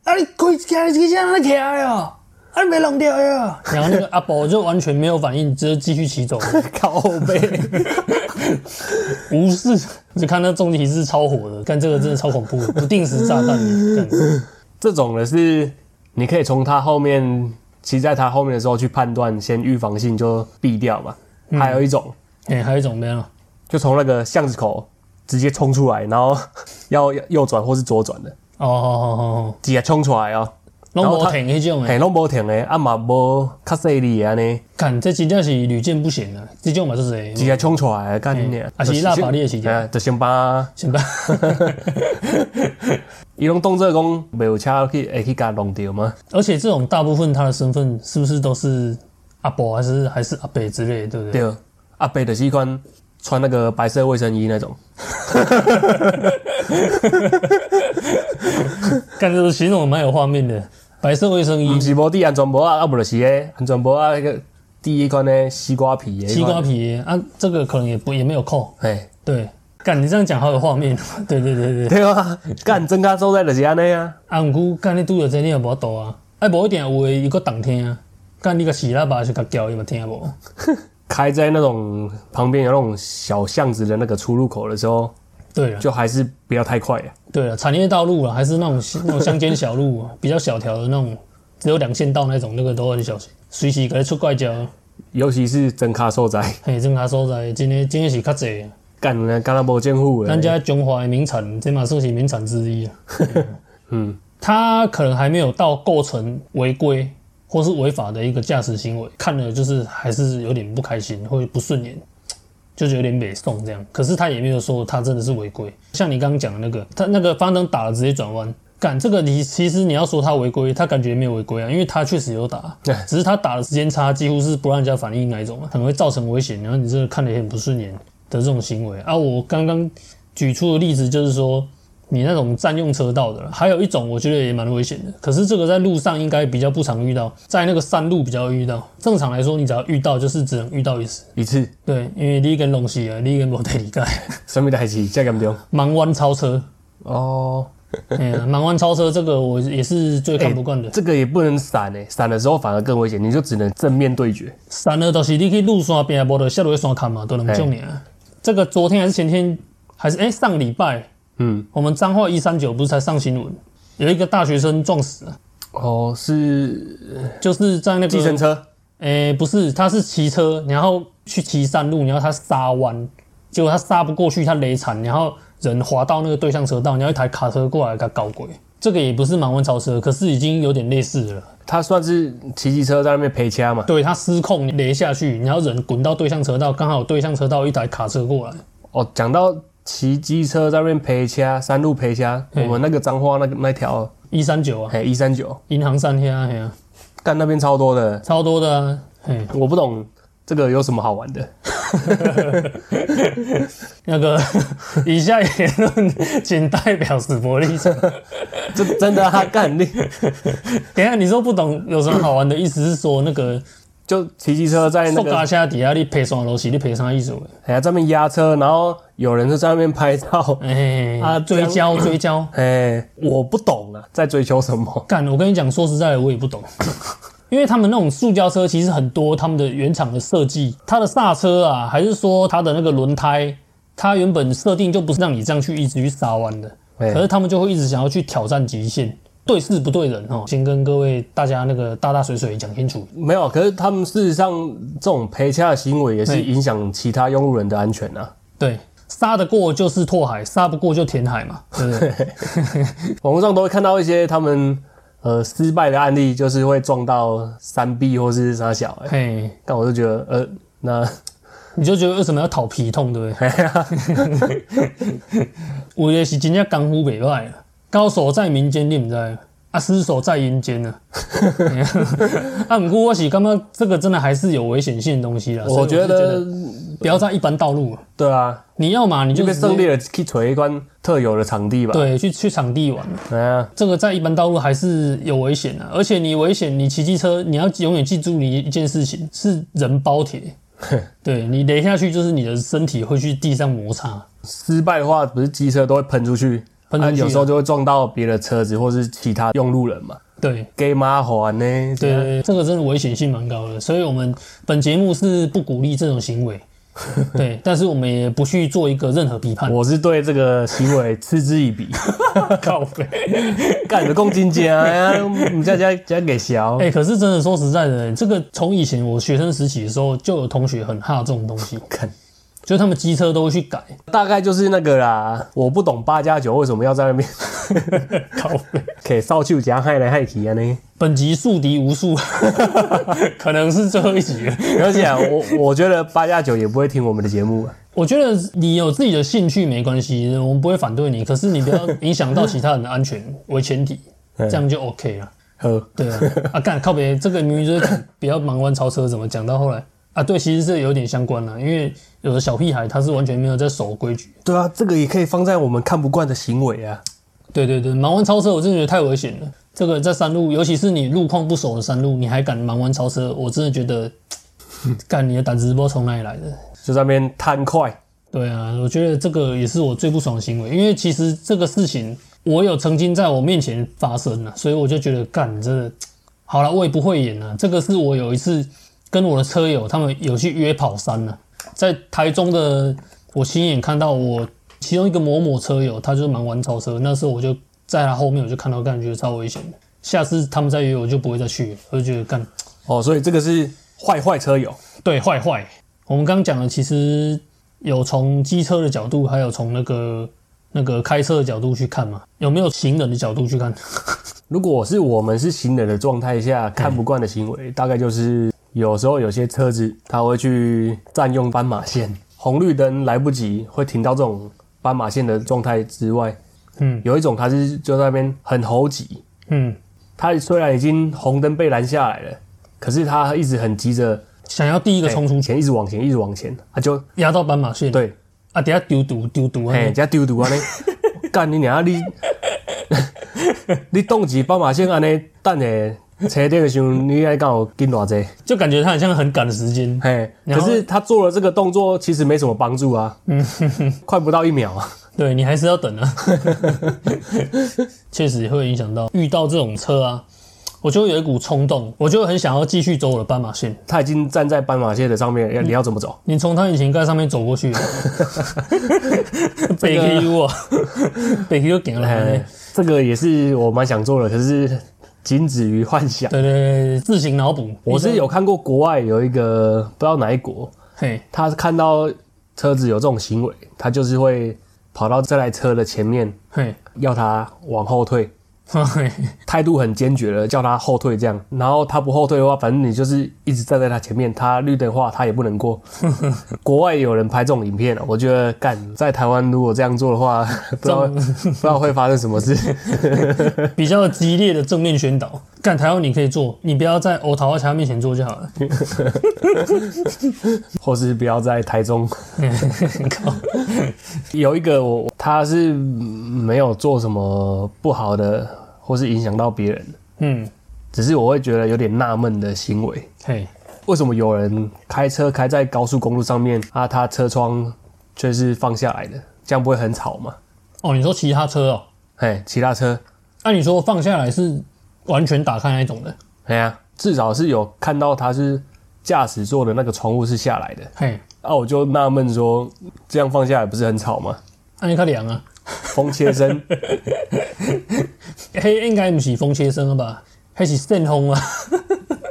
Speaker 1: 啊你开车你车那起来哦，啊你没弄掉呀，
Speaker 2: 然后那个阿伯就完全没有反应，直接继续骑走，
Speaker 1: 靠背，
Speaker 2: 无视。就看那中医师超火的，看这个真的超恐怖的，不定时炸弹的。干
Speaker 1: 这种的是你可以从他后面骑在他后面的时候去判断，先预防性就避掉嘛。还有一种
Speaker 2: 哎、还有一种没有，
Speaker 1: 就从那个巷子口直接冲出来，然后 要右转或是左转的，
Speaker 2: 哦哦哦
Speaker 1: 直接冲出来哦，
Speaker 2: 哦，拢
Speaker 1: 然后
Speaker 2: 无
Speaker 1: 他
Speaker 2: 停迄种诶，
Speaker 1: 嘿，拢无停的，啊嘛无较细腻的安尼，
Speaker 2: 看这真正是屡见不鲜啊，这种嘛是谁？
Speaker 1: 直接冲出来的干你
Speaker 2: 嘿啊是拉法利的时间
Speaker 1: 哎，就先把
Speaker 2: 先吧，
Speaker 1: 伊拢当做讲袂有车去会去甲弄掉吗？
Speaker 2: 而且这种大部分他的身份是不是都是阿伯还是还是阿伯之类的，对不对？
Speaker 1: 对，阿伯就是一款穿那个白色卫生衣那种，
Speaker 2: 干这个形容得蛮有画面的，白色卫生衣
Speaker 1: 毋、，是无戴安全帽啊，啊无就是个安全帽啊，迄个第一款呢西瓜皮的，
Speaker 2: 西瓜，皮啊，这个可能也不也没有扣，
Speaker 1: 哎，
Speaker 2: 对。干，你这样讲好有画面， 对对对对。
Speaker 1: 对啊，干增加所在就是安尼啊，
Speaker 2: 啊，毋过干你拄着这你也无度啊，啊无一定有诶，伊个动听啊。干你个死喇叭是甲叫伊嘛听无？
Speaker 1: 开在那种旁边有那种小巷子的那个出入口的时候，
Speaker 2: 对了，
Speaker 1: 就还是不要太快啊。
Speaker 2: 对了，产业道路啦，啊还是那种那种乡间小路啊，比较小条的那种，只有两线道那种，那个都很小心，随时给它出怪叫。啊
Speaker 1: 尤其是真卡受灾，
Speaker 2: 嘿，种卡所在，真诶真诶是较济，
Speaker 1: 干人干若无政府
Speaker 2: 咱
Speaker 1: 的，
Speaker 2: 遮中华的名产，这嘛算是名产之一啊。
Speaker 1: 嗯，
Speaker 2: 他可能还没有到构成违规或是违法的一个驾驶行为，看了就是还是有点不开心，会不顺眼，就是有点北宋这样。可是他也没有说他真的是违规，像你刚刚讲的那个，他那个方向灯打了直接转弯。干这个你其实你要说他违规，他感觉没有违规啊，因为他确实有打
Speaker 1: 对，
Speaker 2: 只是他打的时间差，几乎是不让人家反应那一种啊，可能会造成危险，然后你这个看得也很不顺眼的这种行为啊。我刚刚举出的例子就是说，你那种占用车道的啦，还有一种我觉得也蛮危险的。可是这个在路上应该比较不常遇到，在那个山路比较遇到。正常来说，你只要遇到就是只能遇到一次，
Speaker 1: 一次
Speaker 2: 对，因为你跟东西啊，你跟无得理解，
Speaker 1: 什么代志这么严重？
Speaker 2: 盲弯超车，
Speaker 1: 哦，
Speaker 2: 哎呀，盲弯超车这个我也是最看不惯的。
Speaker 1: 这个也不能闪诶、闪的时候反而更危险，你就只能正面对决。
Speaker 2: 三二都是你去路山边，无就下落去山看嘛，都能救你啊。这个昨天还是前天，还是哎、上礼拜，
Speaker 1: 嗯，
Speaker 2: 我们彰化一三九不是才上新闻，有一个大学生撞死了，
Speaker 1: 哦，是
Speaker 2: 就是在那个
Speaker 1: 计程车，
Speaker 2: 诶、不是，他是骑车，然后去骑山路，然后他杀弯，结果他杀不过去，他雷惨，然后人滑到那个对向车道，然后一台卡车过来给他搞鬼。这个也不是盲弯超车，可是已经有点类似了。
Speaker 1: 他算是骑机车在那边陪掐嘛？
Speaker 2: 对他失控雷下去，然后人滚到对向车道，刚好对向车道一台卡车过来。
Speaker 1: 哦，讲到骑机车在那边陪掐，山路陪掐，我
Speaker 2: 嗯
Speaker 1: 们那个彰化那个那条，
Speaker 2: 一三九啊，
Speaker 1: 嘿，一三九，
Speaker 2: 银行三天啊，嘿啊，
Speaker 1: 干那边超多的，
Speaker 2: 超多的啊，嘿，
Speaker 1: 我不懂这个有什么好玩的。
Speaker 2: 那个 以下言论 仅代表史伯利。
Speaker 1: 这真的啊，干你
Speaker 2: 等一下你说不懂有什么好玩的，意思是说那个
Speaker 1: 就骑机车在那
Speaker 2: 塑
Speaker 1: 个
Speaker 2: 胶车底下你爬山楼是你爬啥意思的？
Speaker 1: 哎呀，在那边压车，然后有人就在那边拍照，
Speaker 2: 哎、
Speaker 1: 啊
Speaker 2: 啊，追
Speaker 1: 这
Speaker 2: 焦追焦，
Speaker 1: 哎，我不懂啊，在追求什么？
Speaker 2: 干！我跟你讲，说实在的，我也不懂， 因为他们那种塑胶车其实很多，他们的原厂的设计，它的刹车啊，还是说它的那个轮胎，它原本设定就不是让你这样去一直去撒弯的，
Speaker 1: 哎
Speaker 2: 可是他们就会一直想要去挑战极限，对事不对人哦。先跟各位大家那个大大水水讲清楚，
Speaker 1: 没有，可是他们事实上这种陪掐的行为也是
Speaker 2: 对
Speaker 1: 影响其他用路人的安全啊。
Speaker 2: 对，杀得过就是拓海，杀不过就填海嘛，对不对？
Speaker 1: 网络上都会看到一些他们呃失败的案例，就是会撞到山壁或是啥小、欸，
Speaker 2: 嘿。
Speaker 1: 但我就觉得呃，那哎
Speaker 2: 你就觉得为什么要讨皮痛，对不对？ 有的是真正功夫袂歹啊，高手在民间，你毋知道。啊，失手在阴间呢。 啊，不过我是刚刚这个真的还是有危险性的东西啦。所以
Speaker 1: 我觉
Speaker 2: 是
Speaker 1: 得
Speaker 2: 不要在一般道路了，
Speaker 1: 对啊，
Speaker 2: 你要嘛你
Speaker 1: 就
Speaker 2: 就
Speaker 1: 跟
Speaker 2: 直接
Speaker 1: 胜利了去锤一关特有的场地吧。，
Speaker 2: 对去去场地玩。
Speaker 1: 哎呀，
Speaker 2: 这个在一般道路还是有危险的、啊而且你危险，你骑机车，你要永远记住你一件事情是人 包铁，对你雷下去就是你的身体会去地上摩擦，
Speaker 1: 失败的话，不是机车都会喷出去，
Speaker 2: 喷出去
Speaker 1: 啊
Speaker 2: 啊
Speaker 1: 有时候就会撞到别的车子或是其他用路人嘛。
Speaker 2: 对。
Speaker 1: 给麻烦呢？
Speaker 2: 对，对，啊这个真的危险性蛮高的，所以我们本节目是不鼓励这种行 为，对，但是我们也不去做一个任何批判。
Speaker 1: 我是对这个行为嗤之以鼻。
Speaker 2: 靠背，
Speaker 1: 干的共金姐啊，你在家家给小
Speaker 2: 哎、，可是真的说实在的，这个从以前我学生时期的时候，就有同学很怕这种东西，
Speaker 1: 看
Speaker 2: 就是他们机车都会去改，
Speaker 1: 大概就是那个啦。我不懂八加九为什么要在那边
Speaker 2: 靠背。
Speaker 1: 给扫帚夹害来害去啊呢？
Speaker 2: 本集宿敌无 数，可能是最后一集了。
Speaker 1: 而且啊我我觉得八加九也不会听我们的节目啊。
Speaker 2: 我觉得你有自己的兴趣没关系，我们不会反对你，可是你不要影响到其他人的安全为前 提，这样就 OK 了。
Speaker 1: 呵，
Speaker 2: 对啊，啊干靠别这个明明就是不要盲弯超车，怎么讲到后来啊？对，其实是有点相关啦，因为有的小屁孩他是完全没有在守规矩。
Speaker 1: 对啊，这个也可以放在我们看不惯的行为啊。
Speaker 2: 对对对，盲弯超车我真的觉得太危险了。这个在山路，尤其是你路况不熟的山路，你还敢盲弯超车，我真的觉得，干你的胆子不知道从哪里来的。
Speaker 1: 就在那边贪快，
Speaker 2: 对啊，我觉得这个也是我最不爽的行为，因为其实这个事情我有曾经在我面前发生了、所以我就觉得干真的，好了，我也不会演了、这个是我有一次跟我的车友他们有去约跑山呢、在台中的我亲眼看到我其中一个某某车友，他就是忙完超车，那时候我就在他后面，我就看到感觉得超危险的。下次他们再约我就不会再去了，我就觉得干
Speaker 1: 哦，所以这个是坏坏车友，
Speaker 2: 对，坏坏。我们刚刚讲的其实有从机车的角度，还有从那个那个开车的角度去看嘛，有没有行人的角度去看？
Speaker 1: 如果是我们是行人的状态下看不惯的行
Speaker 2: 嗯
Speaker 1: 为，大概就是有时候有些车子它会去占用斑马线，红绿灯来不及会停到这种斑马线的状态之外，
Speaker 2: 嗯
Speaker 1: 有一种它是就在那边很猴急，
Speaker 2: 嗯，
Speaker 1: 它虽然已经红灯被拦下来了，可是它一直很急着
Speaker 2: 想要第一个冲出去，
Speaker 1: 前，一直往前，一直往前，它就
Speaker 2: 压到斑马线，
Speaker 1: 对，
Speaker 2: 啊，等下丢毒丢毒啊
Speaker 1: 哎，，加丢毒啊 你，干你娘你， 你动起斑马线安尼，等下车顶的时候，你爱敢有跟偌济？
Speaker 2: 就感觉他很像很赶的时间。
Speaker 1: 嘿，
Speaker 2: 然
Speaker 1: 可
Speaker 2: 后嗯
Speaker 1: 是他做了这个动作，其实没什么帮助啊， 快不到一秒啊。
Speaker 2: 对你还是要等啊， 确实会影响到遇到这种车啊，我就会有一股冲动，我就很想要继续走我的斑马线。
Speaker 1: 他已经站在斑马线的上面，要你要怎么走？
Speaker 2: 你从他引擎盖上面走 过去，北 Q 啊，北 Q 点了。
Speaker 1: 哎，这个也是我蛮想做的，可是仅止于幻想。
Speaker 2: 对对对，自行脑补。
Speaker 1: 我是有看过国外有一个不知道哪一国，
Speaker 2: 嘿，
Speaker 1: 他看到车子有这种行为，他就是会跑到这台车的前面，
Speaker 2: 嘿，
Speaker 1: 要他往后退，
Speaker 2: 嘿，
Speaker 1: 态度很坚决的叫他后退这样。然后他不后退的话，反正你就是一直站在他前面，他绿灯的话 他也不能过。国外有人拍这种影片了，我觉得干在台湾如果这样做的话， 不知道不知道会发生什么事。
Speaker 2: 比较激烈的正面宣导。干台湾你可以做，你不要在欧桃花桥面前做就好了。
Speaker 1: 或是不要在台中
Speaker 2: 靠，
Speaker 1: 有一个我他是嗯没有做什么不好的，或是影响到别人，
Speaker 2: 嗯，
Speaker 1: 只是我会觉得有点纳闷的行为。
Speaker 2: 嘿，
Speaker 1: 为什么有人开车开在高速公路上面啊，他车窗却是放下来的，这样不会很吵吗？
Speaker 2: 哦，你说其他车哦？
Speaker 1: 哎，其他车，
Speaker 2: 那、你说放下来是完全打开那一种的？
Speaker 1: 哎呀，至少是有看到他是驾驶座的那个窗户是下来的。
Speaker 2: 嘿，
Speaker 1: 啊，我就纳闷说，这样放下来不是很吵吗？
Speaker 2: 那、你较凉啊？
Speaker 1: 风切声，
Speaker 2: 嘿，应该不是风切声了吧？还是扇风啊？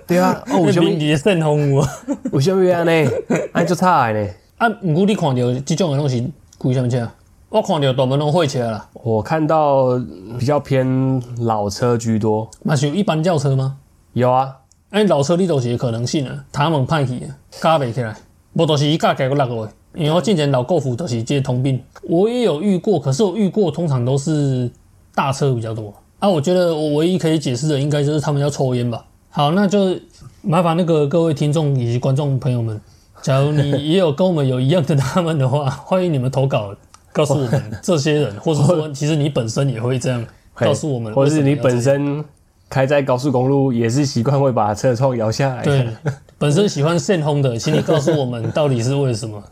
Speaker 1: 对啊，哦，为
Speaker 2: 那
Speaker 1: 什
Speaker 2: 边
Speaker 1: 么
Speaker 2: 你的扇风啊？
Speaker 1: 为什么安呢？安就差呢？
Speaker 2: 啊，毋过你看到即种诶拢是开什么车？我看到大部分拢货车啦，
Speaker 1: 我看到比较偏老车居多，
Speaker 2: 嘛是有一般轿车吗？
Speaker 1: 有啊，
Speaker 2: 哎、老车你都是有可能性啊，塔门歹去啊，加袂起来，无就是伊加起来个六个月。因为我之前老购服都是这些通病，我也有遇过，可是我遇过通常都是大车比较多。啊，啊，我觉得我唯一可以解释的应该就是他们要抽烟吧。好，那就麻烦那个各位听众以及观众朋友们，假如你也有跟我们有一样的他们的话， 欢迎你们投稿告诉我们这些 人，或者说其实你本身也会这样，
Speaker 1: 嘿
Speaker 2: 告诉我们
Speaker 1: 或
Speaker 2: 为
Speaker 1: 者
Speaker 2: 什么
Speaker 1: 是
Speaker 2: 要这
Speaker 1: 你
Speaker 2: 样，
Speaker 1: 本身开在高速公路也是习惯会把车窗摇下来。
Speaker 2: 对，本身喜欢现烘的，请你告诉我们到底是为什么。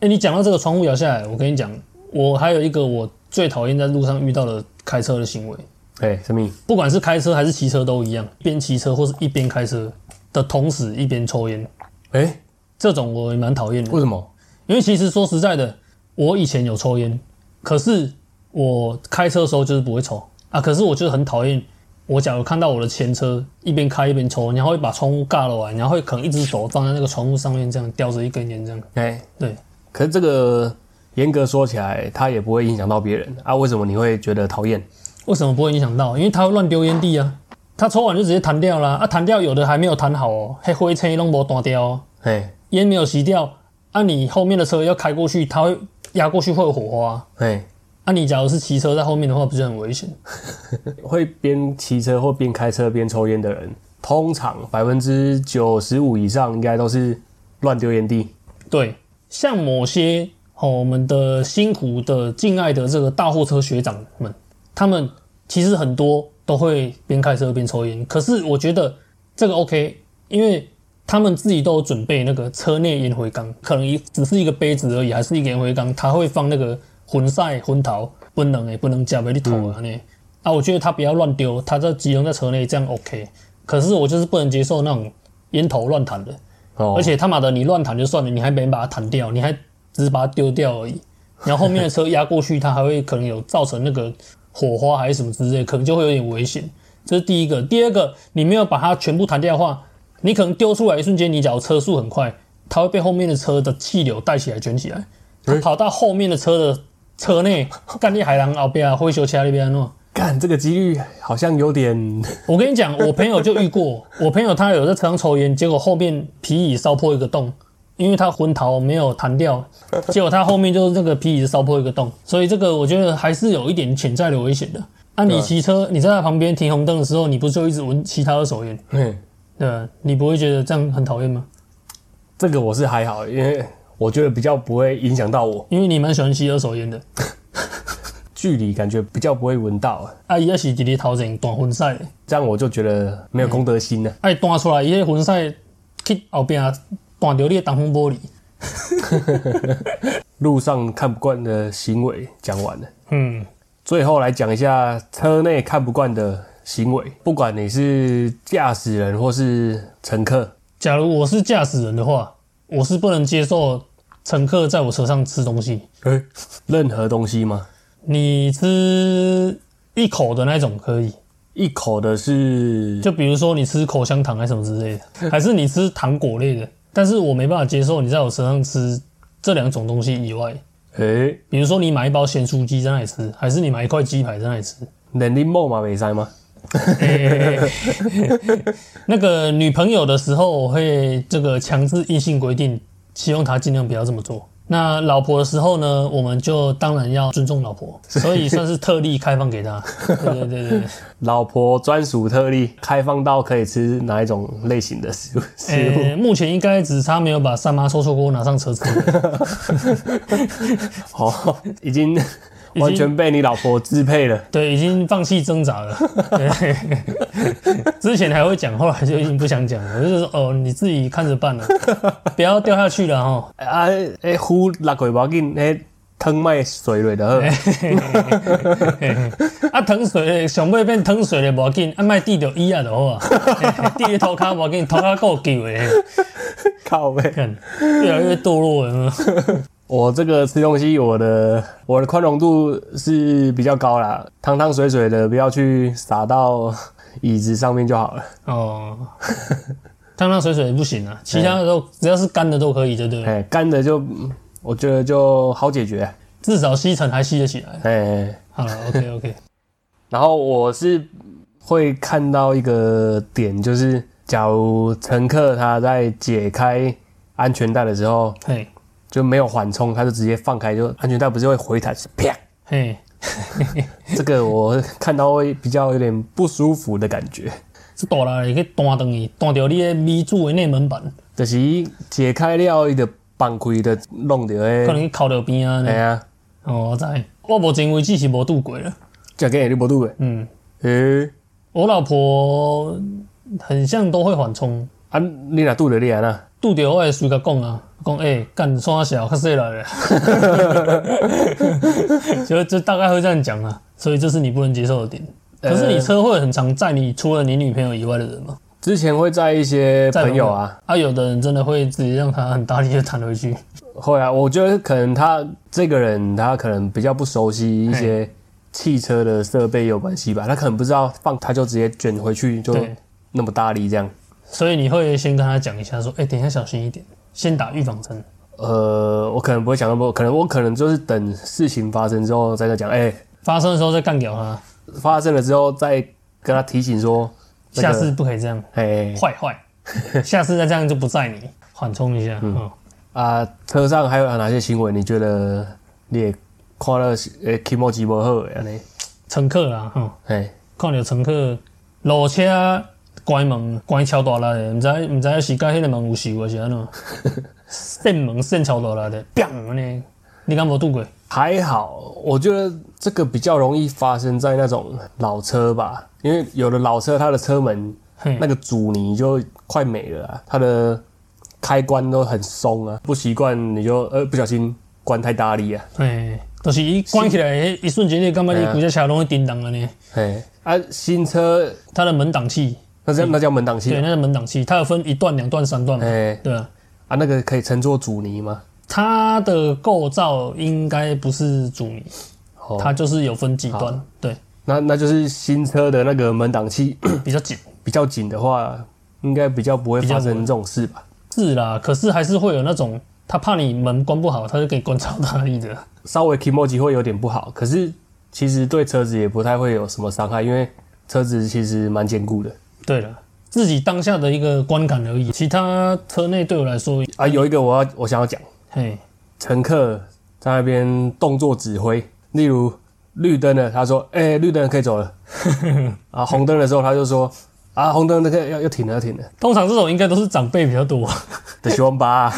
Speaker 2: 哎、你讲到这个窗户摇下来，我跟你讲，我还有一个我最讨厌在路上遇到的开车的行为，
Speaker 1: 哎，什么？
Speaker 2: 不管是开车还是骑车都一样，边骑车或是一边开车的同时一边抽烟，
Speaker 1: 哎，
Speaker 2: 这种我也蛮讨厌的。
Speaker 1: 为什么？
Speaker 2: 因为其实说实在的，我以前有抽烟，可是我开车的时候就是不会抽啊。可是我就是很讨厌，我假如看到我的前车一边开一边抽，然后会把窗户盖了完，然后会可能一只手放在那个窗户上面这样叼着一根烟这样。
Speaker 1: 哎，
Speaker 2: 对，
Speaker 1: 可是这个严格说起来，它也不会影响到别人啊。为什么你会觉得讨厌？
Speaker 2: 为什么不会影响到？因为他会乱丢烟蒂啊，他抽完就直接弹掉啦。啊，弹掉有的还没有弹好哦，黑灰车拢无弹掉哦，
Speaker 1: 哎
Speaker 2: 烟没有熄掉，啊，你后面的车要开过去，它会压过去会有火花啊。
Speaker 1: 哎，
Speaker 2: 啊，你假如是骑车在后面的话，不是很危险？
Speaker 1: 会边骑车或边开车边抽烟的人，通常百分之九十五以上应该都是乱丢烟蒂。
Speaker 2: 对，像某些哦，我们的辛苦的敬爱的这个大货车学长们，他们其实很多都会边开车边抽烟。可是我觉得这个 OK，因为他们自己都有准备那个车内烟灰缸，可能一只是一个杯子而已，还是一个烟灰缸，他会放那个混晒混桃，不能欸诶，不能加杯你头啊呢。啊，我觉得他不要乱丢，他在集中在车内这样 OK。可是我就是不能接受那种烟头乱弹的。
Speaker 1: 哦
Speaker 2: 而且他妈的，你乱弹就算了，你还没把它弹掉，你还只是把它丢掉而已。然后后面的车压过去，它还会可能有造成那个火花还是什么之类，可能就会有点危险。这是第一个。第二个，你没有把它全部弹掉的话，你可能丢出来一瞬间，你只要车速很快，它会被后面的车的气流带起来卷起来，它跑到后面的车的车内， 干你海狼后边啊，灰球车那边弄。
Speaker 1: 干这个几率好像有点，
Speaker 2: 我跟你讲，我朋友就遇过，我朋友他有在车上抽烟，结果后面皮椅烧破一个洞，因为他昏桃没有弹掉，结果他后面就是那个皮椅烧破一个洞，所以这个我觉得还是有一点潜在的危险的。啊，你
Speaker 1: 对
Speaker 2: 骑车，你站在旁边停红灯的时候，你不就一直闻其他二手烟，
Speaker 1: 嘿
Speaker 2: 对吧？你不会觉得这样很讨厌吗？
Speaker 1: 这个我是还好，因为我觉得比较不会影响到我，
Speaker 2: 因为你蛮喜欢吸二手烟的，
Speaker 1: 距离感觉比较不会闻到，
Speaker 2: 啊，伊也是一日头前断婚晒，
Speaker 1: 这样我就觉得没有公德心了。
Speaker 2: 啊，伊断出来，伊迄婚晒去后边断掉你的挡风玻璃。
Speaker 1: 路上看不惯的行为讲完了，
Speaker 2: 嗯，
Speaker 1: 最后来讲一下车内看不惯的行为，不管你是驾驶人或是乘客，
Speaker 2: 假如我是驾驶人的话，我是不能接受乘客在我车上吃东西。
Speaker 1: 任何东西吗？
Speaker 2: 你吃一口的那种可以，
Speaker 1: 一口的是
Speaker 2: 就比如说你吃口香糖还是什么之类的，还是你吃糖果类的。但是我没办法接受你在我车上吃这两种东西以外，
Speaker 1: 诶、
Speaker 2: 比如说你买一包咸酥鸡在那里吃，还是你买一块鸡排在那里吃。
Speaker 1: 冷凝梦嘛，没塞吗？
Speaker 2: 那个女朋友的时候，我会这个强制硬性规定，希望她尽量不要这么做。那老婆的时候呢，我们就当然要尊重老婆，所以算是特例开放给她。对对对对，
Speaker 1: 老婆专属特例，开放到可以吃哪一种类型的食物？食物、
Speaker 2: 诶、哎目前应该只差没有把三妈臭臭锅拿上车吃了。
Speaker 1: 哦，已经完全被你老婆支配了。
Speaker 2: 对，已经放弃挣扎了。对，之前还会讲，后来就已经不想讲了。我就是说，哦，你自己看着办了，不要掉下去了哈。
Speaker 1: 啊，诶，呼六个要紧，诶，汤卖水落就好。
Speaker 2: 啊，糖水嘞，上尾变糖水嘞，无要紧，啊，莫滴着椅啊就好啊，滴咧涂骹无要紧，涂骹够救诶，
Speaker 1: 靠背。
Speaker 2: 看越来越堕落了。
Speaker 1: 我这个吃东西，我的我的宽容度是比较高啦，汤汤水水的，不要去洒到椅子上面就好了。
Speaker 2: 哦，汤汤水水不行啊，其他的都只要是干的都可以，对不对？
Speaker 1: 哎，干的就嗯我觉得就好解决。
Speaker 2: 至少吸尘还吸得起来。
Speaker 1: 哎，
Speaker 2: 好了，OK OK，
Speaker 1: 然后我是会看到一个点，就是假如乘客他在解开安全带的时候
Speaker 2: 嘿，
Speaker 1: 就没有缓冲，他就直接放开，就安全带不是会回弹，啪
Speaker 2: 嘿，
Speaker 1: 这个我看到会比较有点不舒服的感觉。
Speaker 2: 这大力去弹断去，弹到你的米柱的内门板，
Speaker 1: 就是解开了伊就放开的弄着
Speaker 2: 可
Speaker 1: 诶，
Speaker 2: 能去扣到边啊。
Speaker 1: 哎呀，
Speaker 2: 哦，我知，我目前为止是无拄过了。
Speaker 1: 这个你无拄过，
Speaker 2: 嗯，
Speaker 1: 诶，
Speaker 2: 我老婆很像都会缓冲，
Speaker 1: 啊，你若拄着你安那，
Speaker 2: 拄着我会随甲讲啊，讲诶，干啥小较细来了， 就就大概会这样讲啊。所以这是你不能接受的点。可
Speaker 1: 呃
Speaker 2: 是你车会很常载你除了你女朋友以外的人吗？
Speaker 1: 之前会在一些
Speaker 2: 载
Speaker 1: 朋友啊，，
Speaker 2: 啊，有的人真的会直接让他很大力的弹回去。
Speaker 1: 会啊，我觉得可能他这个人他可能比较不熟悉一些汽车的设备有关系吧，他可能不知道放他就直接卷回去就
Speaker 2: 对
Speaker 1: 那么大力这样。
Speaker 2: 所以你会先跟他讲一下，说，哎、等一下小心一点，先打预防针。
Speaker 1: 呃，我可能不会想那么多，可能我可能就是等事情发生之后再跟他讲，哎、
Speaker 2: 发生的时候再干掉他，
Speaker 1: 发生了之后再跟他提醒说，那
Speaker 2: 下
Speaker 1: 个
Speaker 2: 次不可以这样，
Speaker 1: 哎
Speaker 2: 坏 坏，下次再这样就不载你，缓冲一下。嗯，
Speaker 1: 啊，车上还有哪些行为你觉得你也看了诶 i m o j i 不好的安尼？
Speaker 2: 乘客啊哦啦，吼、
Speaker 1: 哎，
Speaker 2: 看到乘客落车关门关超大力的，毋知毋知是甲迄个门有事还是安 怎，扇门扇超大力的，砰安尼，你敢无拄过？
Speaker 1: 还好，我觉得这个比较容易发生在那种老车吧，因为有的老车它的车门
Speaker 2: 嘿
Speaker 1: 那个阻尼就快没了、啊，它的开关都很松啊，不习惯你就呃不小心关太大力啊，
Speaker 2: 嘿，就是伊关起来的那一瞬间，你感觉你规只车拢会叮当安尼，
Speaker 1: 哎啊新车
Speaker 2: 它的门挡器。
Speaker 1: 那叫那叫门挡
Speaker 2: 对，
Speaker 1: 器
Speaker 2: 那是门挡器，它有分一段、两段、三段嘛。
Speaker 1: 哎
Speaker 2: 对啊，
Speaker 1: 啊，那个可以称作阻尼吗？
Speaker 2: 它的构造应该不是阻尼，
Speaker 1: 哦，
Speaker 2: 它就是有分几段，对，
Speaker 1: 那那就是新车的那个门挡器
Speaker 2: 比较紧。
Speaker 1: 比较紧的话，应该比较不会发生这种事吧？
Speaker 2: 是啦，可是还是会有那种，他怕你门关不好，他就给你关超大力的。
Speaker 1: 稍微 emoji 会有点不好，可是其实对车子也不太会有什么伤害，因为车子其实蛮坚固的。
Speaker 2: 对了，自己当下的一个观感而已，其他车内对我来说，
Speaker 1: 啊，有一个我要我想要讲，
Speaker 2: 嘿，
Speaker 1: 乘客在那边动作指挥，例如绿灯了，他说：“哎、绿灯了可以走了。” 啊，红灯的时候他就说：“啊，红灯那个要要停了，要停了。”
Speaker 2: 通常这种应该都是长辈比较多。
Speaker 1: 的喜欢吧，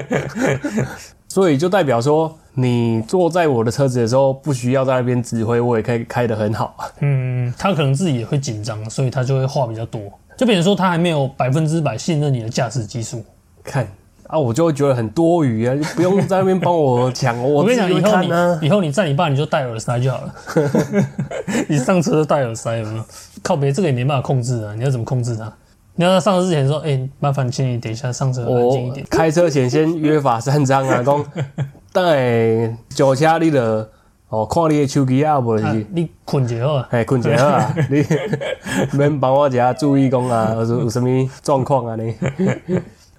Speaker 1: 所以就代表说，你坐在我的车子的时候，不需要在那边指挥，我也可以开得很好啊。
Speaker 2: 嗯，他可能自己也会紧张，所以他就会话比较多。就比如说，他还没有百分之百信任你的驾驶技术。
Speaker 1: 看啊，我就会觉得很多余啊，就不用在那边帮我抢，我
Speaker 2: 我
Speaker 1: 自
Speaker 2: 跟你
Speaker 1: 己
Speaker 2: 讲，以
Speaker 1: 会
Speaker 2: 后
Speaker 1: 看啊。
Speaker 2: 你以后你在你爸你就戴耳塞就好了。 你上车就戴耳塞有没有？靠别这个也没办法控制啊，你要怎么控制他？你要他上车之前说，哎、麻烦请你等一下上车安
Speaker 1: 我
Speaker 2: 静一点。
Speaker 1: 开车前先约法三章啊， 讲等下酒车你的哦，看你的手机啊，无
Speaker 2: 啊
Speaker 1: 是。、
Speaker 2: 你困就好啊。
Speaker 1: 哎，困一下 啊！你 免帮我遮注意讲啊，有有什么状况啊？你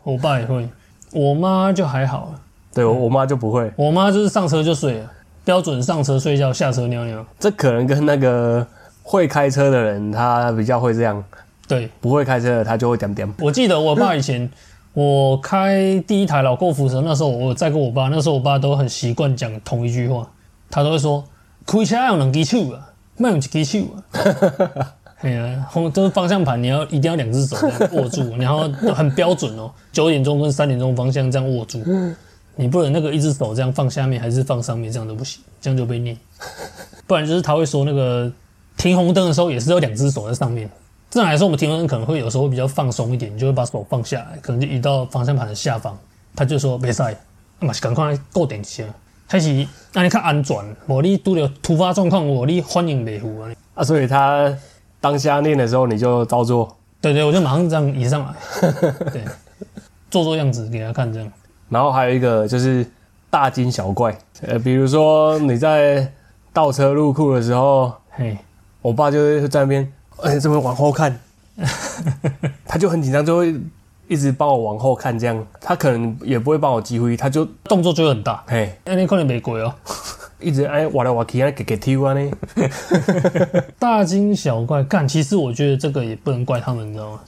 Speaker 2: 我爸也会，我妈就还好了。
Speaker 1: 对我我妈就不会，
Speaker 2: 我妈就是上车就睡了，标准上车睡觉，下车尿尿。
Speaker 1: 这可能跟那个会开车的人他比较会这样，
Speaker 2: 对
Speaker 1: 不会开车的他就会点点。
Speaker 2: 我记得我爸以前，我开第一台老购福车那时候，我有载过我爸，那时候我爸都很习惯讲同一句话，他都会说：“开车要有两只手啊，卖有一只手啊。”哎呀，后就是方向盘，你要一定要两只手这样握住，然后很标准哦，九点钟跟三点钟方向这样握住，你不能那个一只手这样放下面还是放上面，这样都不行，这样就被念。不然就是他会说那个停红灯的时候也是有两只手在上面。正常来说，我们停红灯可能会有时候会比较放松一点，你就会把手放下来，可能就移到方向盘的下方。他就说别塞，嘛是赶快固定一下，还是安尼较安全。无你拄着突发状况，无你反应袂赴安尼。
Speaker 1: 啊，所以他当下念的时候你就照做，
Speaker 2: 对对，我就马上这样移上来，对，做做样子给他看这样。
Speaker 1: 然后还有一个就是大惊小怪，呃，比如说你在倒车入库的时候，
Speaker 2: 嘿，
Speaker 1: 我爸就会在那边，哎、这边往后看，他就很紧张，就会一直帮我往后看，这样他可能也不会帮我机会，他就
Speaker 2: 动作就会很大，
Speaker 1: 嘿
Speaker 2: 安尼可能袂过哦。
Speaker 1: 一直哎挖来挖去，哎给给踢啊呢，
Speaker 2: 大惊小怪，干，其实我觉得这个也不能怪他们，你知道吗？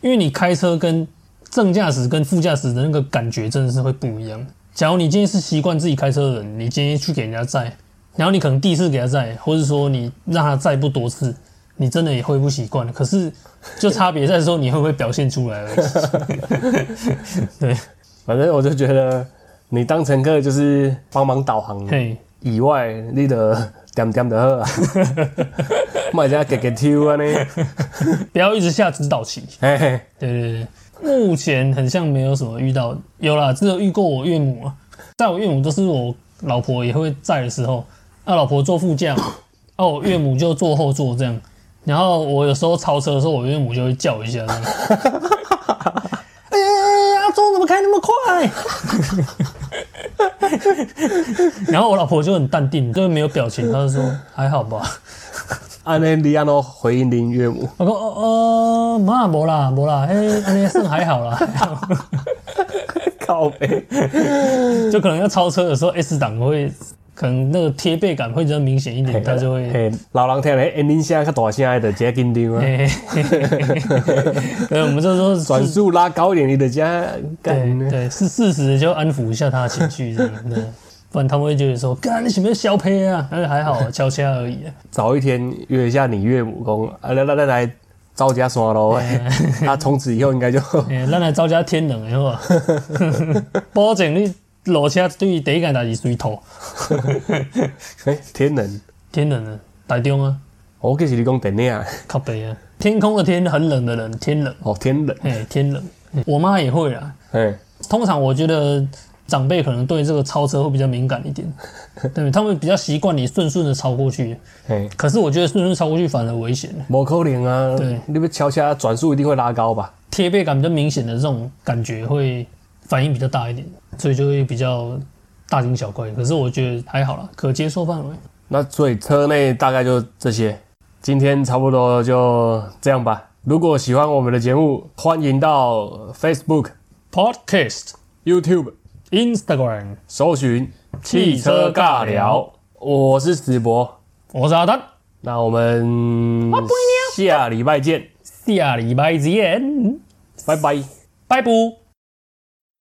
Speaker 2: 因为你开车跟正驾驶跟副驾驶的那个感觉真的是会不一样。假如你今天是习惯自己开车的人，你今天去给人家载，然后你可能第一次给他载，或者说你让他载不多次，你真的也会不习惯。可是就差别在说你会不会表现出来而已。对，
Speaker 1: 反正我就觉得你当乘客就是帮忙导航
Speaker 2: 嘿，
Speaker 1: 以外，你的点点就 好啊，莫只给给抽安尼，
Speaker 2: 不要一直下指导棋。
Speaker 1: 嘿嘿，
Speaker 2: 对对对，目前很像没有什么遇到，有啦，只有遇过我岳母啊，在我岳母都是我老婆也会在的时候，啊，老婆坐副 驾嘛，啊，我岳母就坐后座这样，然后我有时候超车的时候，我岳母就会叫一下这样。哎呀，阿忠怎么开那么快？然后我老婆就很淡定，就是没有表情，她就说还好吧。
Speaker 1: 安尼你安怎回应林岳母？
Speaker 2: 我讲哦，呃妈无啦无啦，哎，安尼算还好啦。
Speaker 1: 靠背，
Speaker 2: 就可能要超车的时候，S 档会可能那个贴背感会比较明显一点，它就会。
Speaker 1: 嘿，老人听咧，恁声较大声的，就直接紧张 啊。
Speaker 2: 嘿嘿嘿嘿嘿对，我们这时候
Speaker 1: 转
Speaker 2: 是
Speaker 1: 速拉高一点，你的家
Speaker 2: 对
Speaker 1: 干
Speaker 2: 对是事实，就安抚一下他的情绪这样，对，不然他们会觉得说，干你什么消胚啊？但是还好，悄悄而已。啊
Speaker 1: 早一天约一下你岳母公，啊来来来来，招家山喽。 他从此以后应 该就
Speaker 2: 诶，哎咱来招家天冷的好吧？保证你落车对第一件代志水土，
Speaker 1: 哎天冷，
Speaker 2: 天冷啊，台中啊，
Speaker 1: 我计是哦你讲电影啊，
Speaker 2: 靠北啊，天空的天，很冷的冷，天冷，
Speaker 1: 哦天冷，
Speaker 2: 诶，天冷，嘿我妈也会啦，
Speaker 1: 哎，
Speaker 2: 通常我觉得长辈可能对这个超车会比较敏感一点，对，他们比较习惯你顺顺的超过去。
Speaker 1: 哎，
Speaker 2: 可是我觉得顺顺超过去反而危险，
Speaker 1: 无可能啊，
Speaker 2: 对
Speaker 1: 你要悄悄转速一定会拉高吧？
Speaker 2: 贴背感比较明显的这种感觉会反应比较大一点，所以就会比较大惊小怪。可是我觉得还好啦，可接受范围。
Speaker 1: 那所以车内大概就这些，今天差不多就这样吧。如果喜欢我们的节目，欢迎到 Facebook、
Speaker 2: Podcast、
Speaker 1: YouTube
Speaker 2: Instagram，
Speaker 1: 搜寻“
Speaker 2: 汽车尬聊”，
Speaker 1: 我是史博，
Speaker 2: 我是阿丹，
Speaker 1: 那我们下礼拜见，
Speaker 2: 下礼拜见，
Speaker 1: 拜拜。
Speaker 2: 拜拜。